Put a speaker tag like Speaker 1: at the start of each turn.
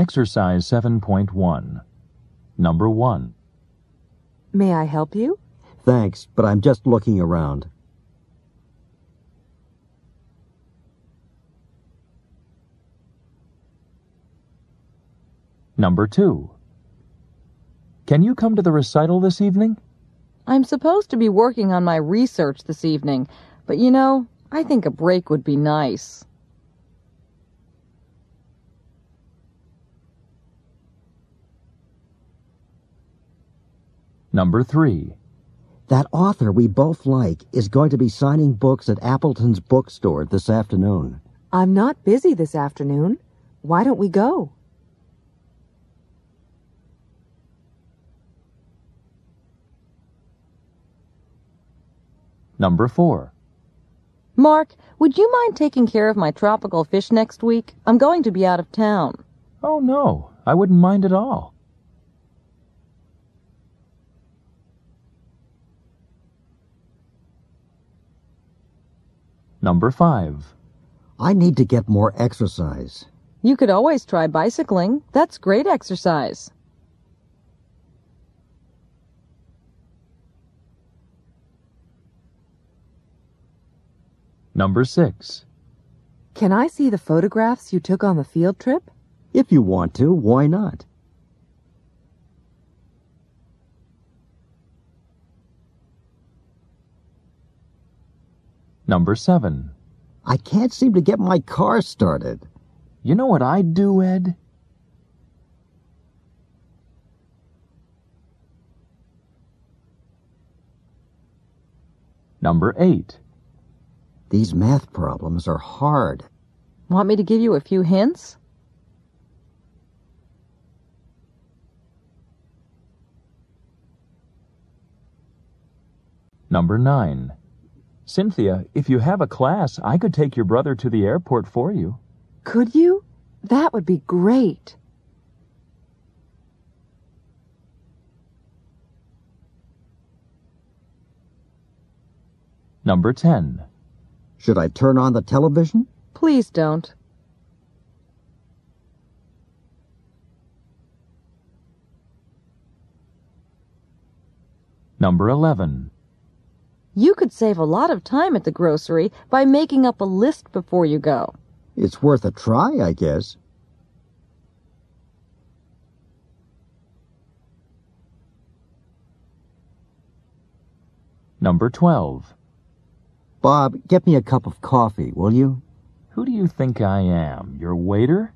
Speaker 1: Exercise 7.1. Number 1.
Speaker 2: May I help you?
Speaker 3: Thanks, but I'm just looking around.
Speaker 1: Number 2. Can you come to the recital this evening?
Speaker 2: I'm supposed to be working on my research this evening, but you know, I think a break would be nice.
Speaker 1: Number 3.
Speaker 3: That author we both like is going to be signing books at Appleton's bookstore this afternoon.
Speaker 4: I'm not busy this afternoon. Why don't we go?
Speaker 1: Number 4.
Speaker 2: Mark, would you mind taking care of my tropical fish next week? I'm going to be out of town.
Speaker 1: Oh, no, I wouldn't mind at all. Number 5.
Speaker 3: I need to get more exercise.
Speaker 2: You could always try bicycling. That's great exercise.
Speaker 1: Number 6.
Speaker 4: Can I see the photographs you took on the field trip?
Speaker 3: If you want to, why not?
Speaker 1: Number 7.
Speaker 3: I can't seem to get my car started.
Speaker 1: You know what I'd do, Ed? Number 8.
Speaker 3: These math problems are hard.
Speaker 2: Want me to give you a few hints?
Speaker 1: Number 9. Cynthia, if you have a class, I could take your brother to the airport for you.
Speaker 4: Could you? That would be great.
Speaker 1: Number 10.
Speaker 3: Should I turn on the television?
Speaker 2: Please don't.
Speaker 1: Number 11.
Speaker 2: You could save a lot of time at the grocery by making up a list before you go.
Speaker 3: It's worth a try, I guess.
Speaker 1: Number 12.
Speaker 3: Bob, get me a cup of coffee, will you?
Speaker 1: Who do you think I am, your waiter?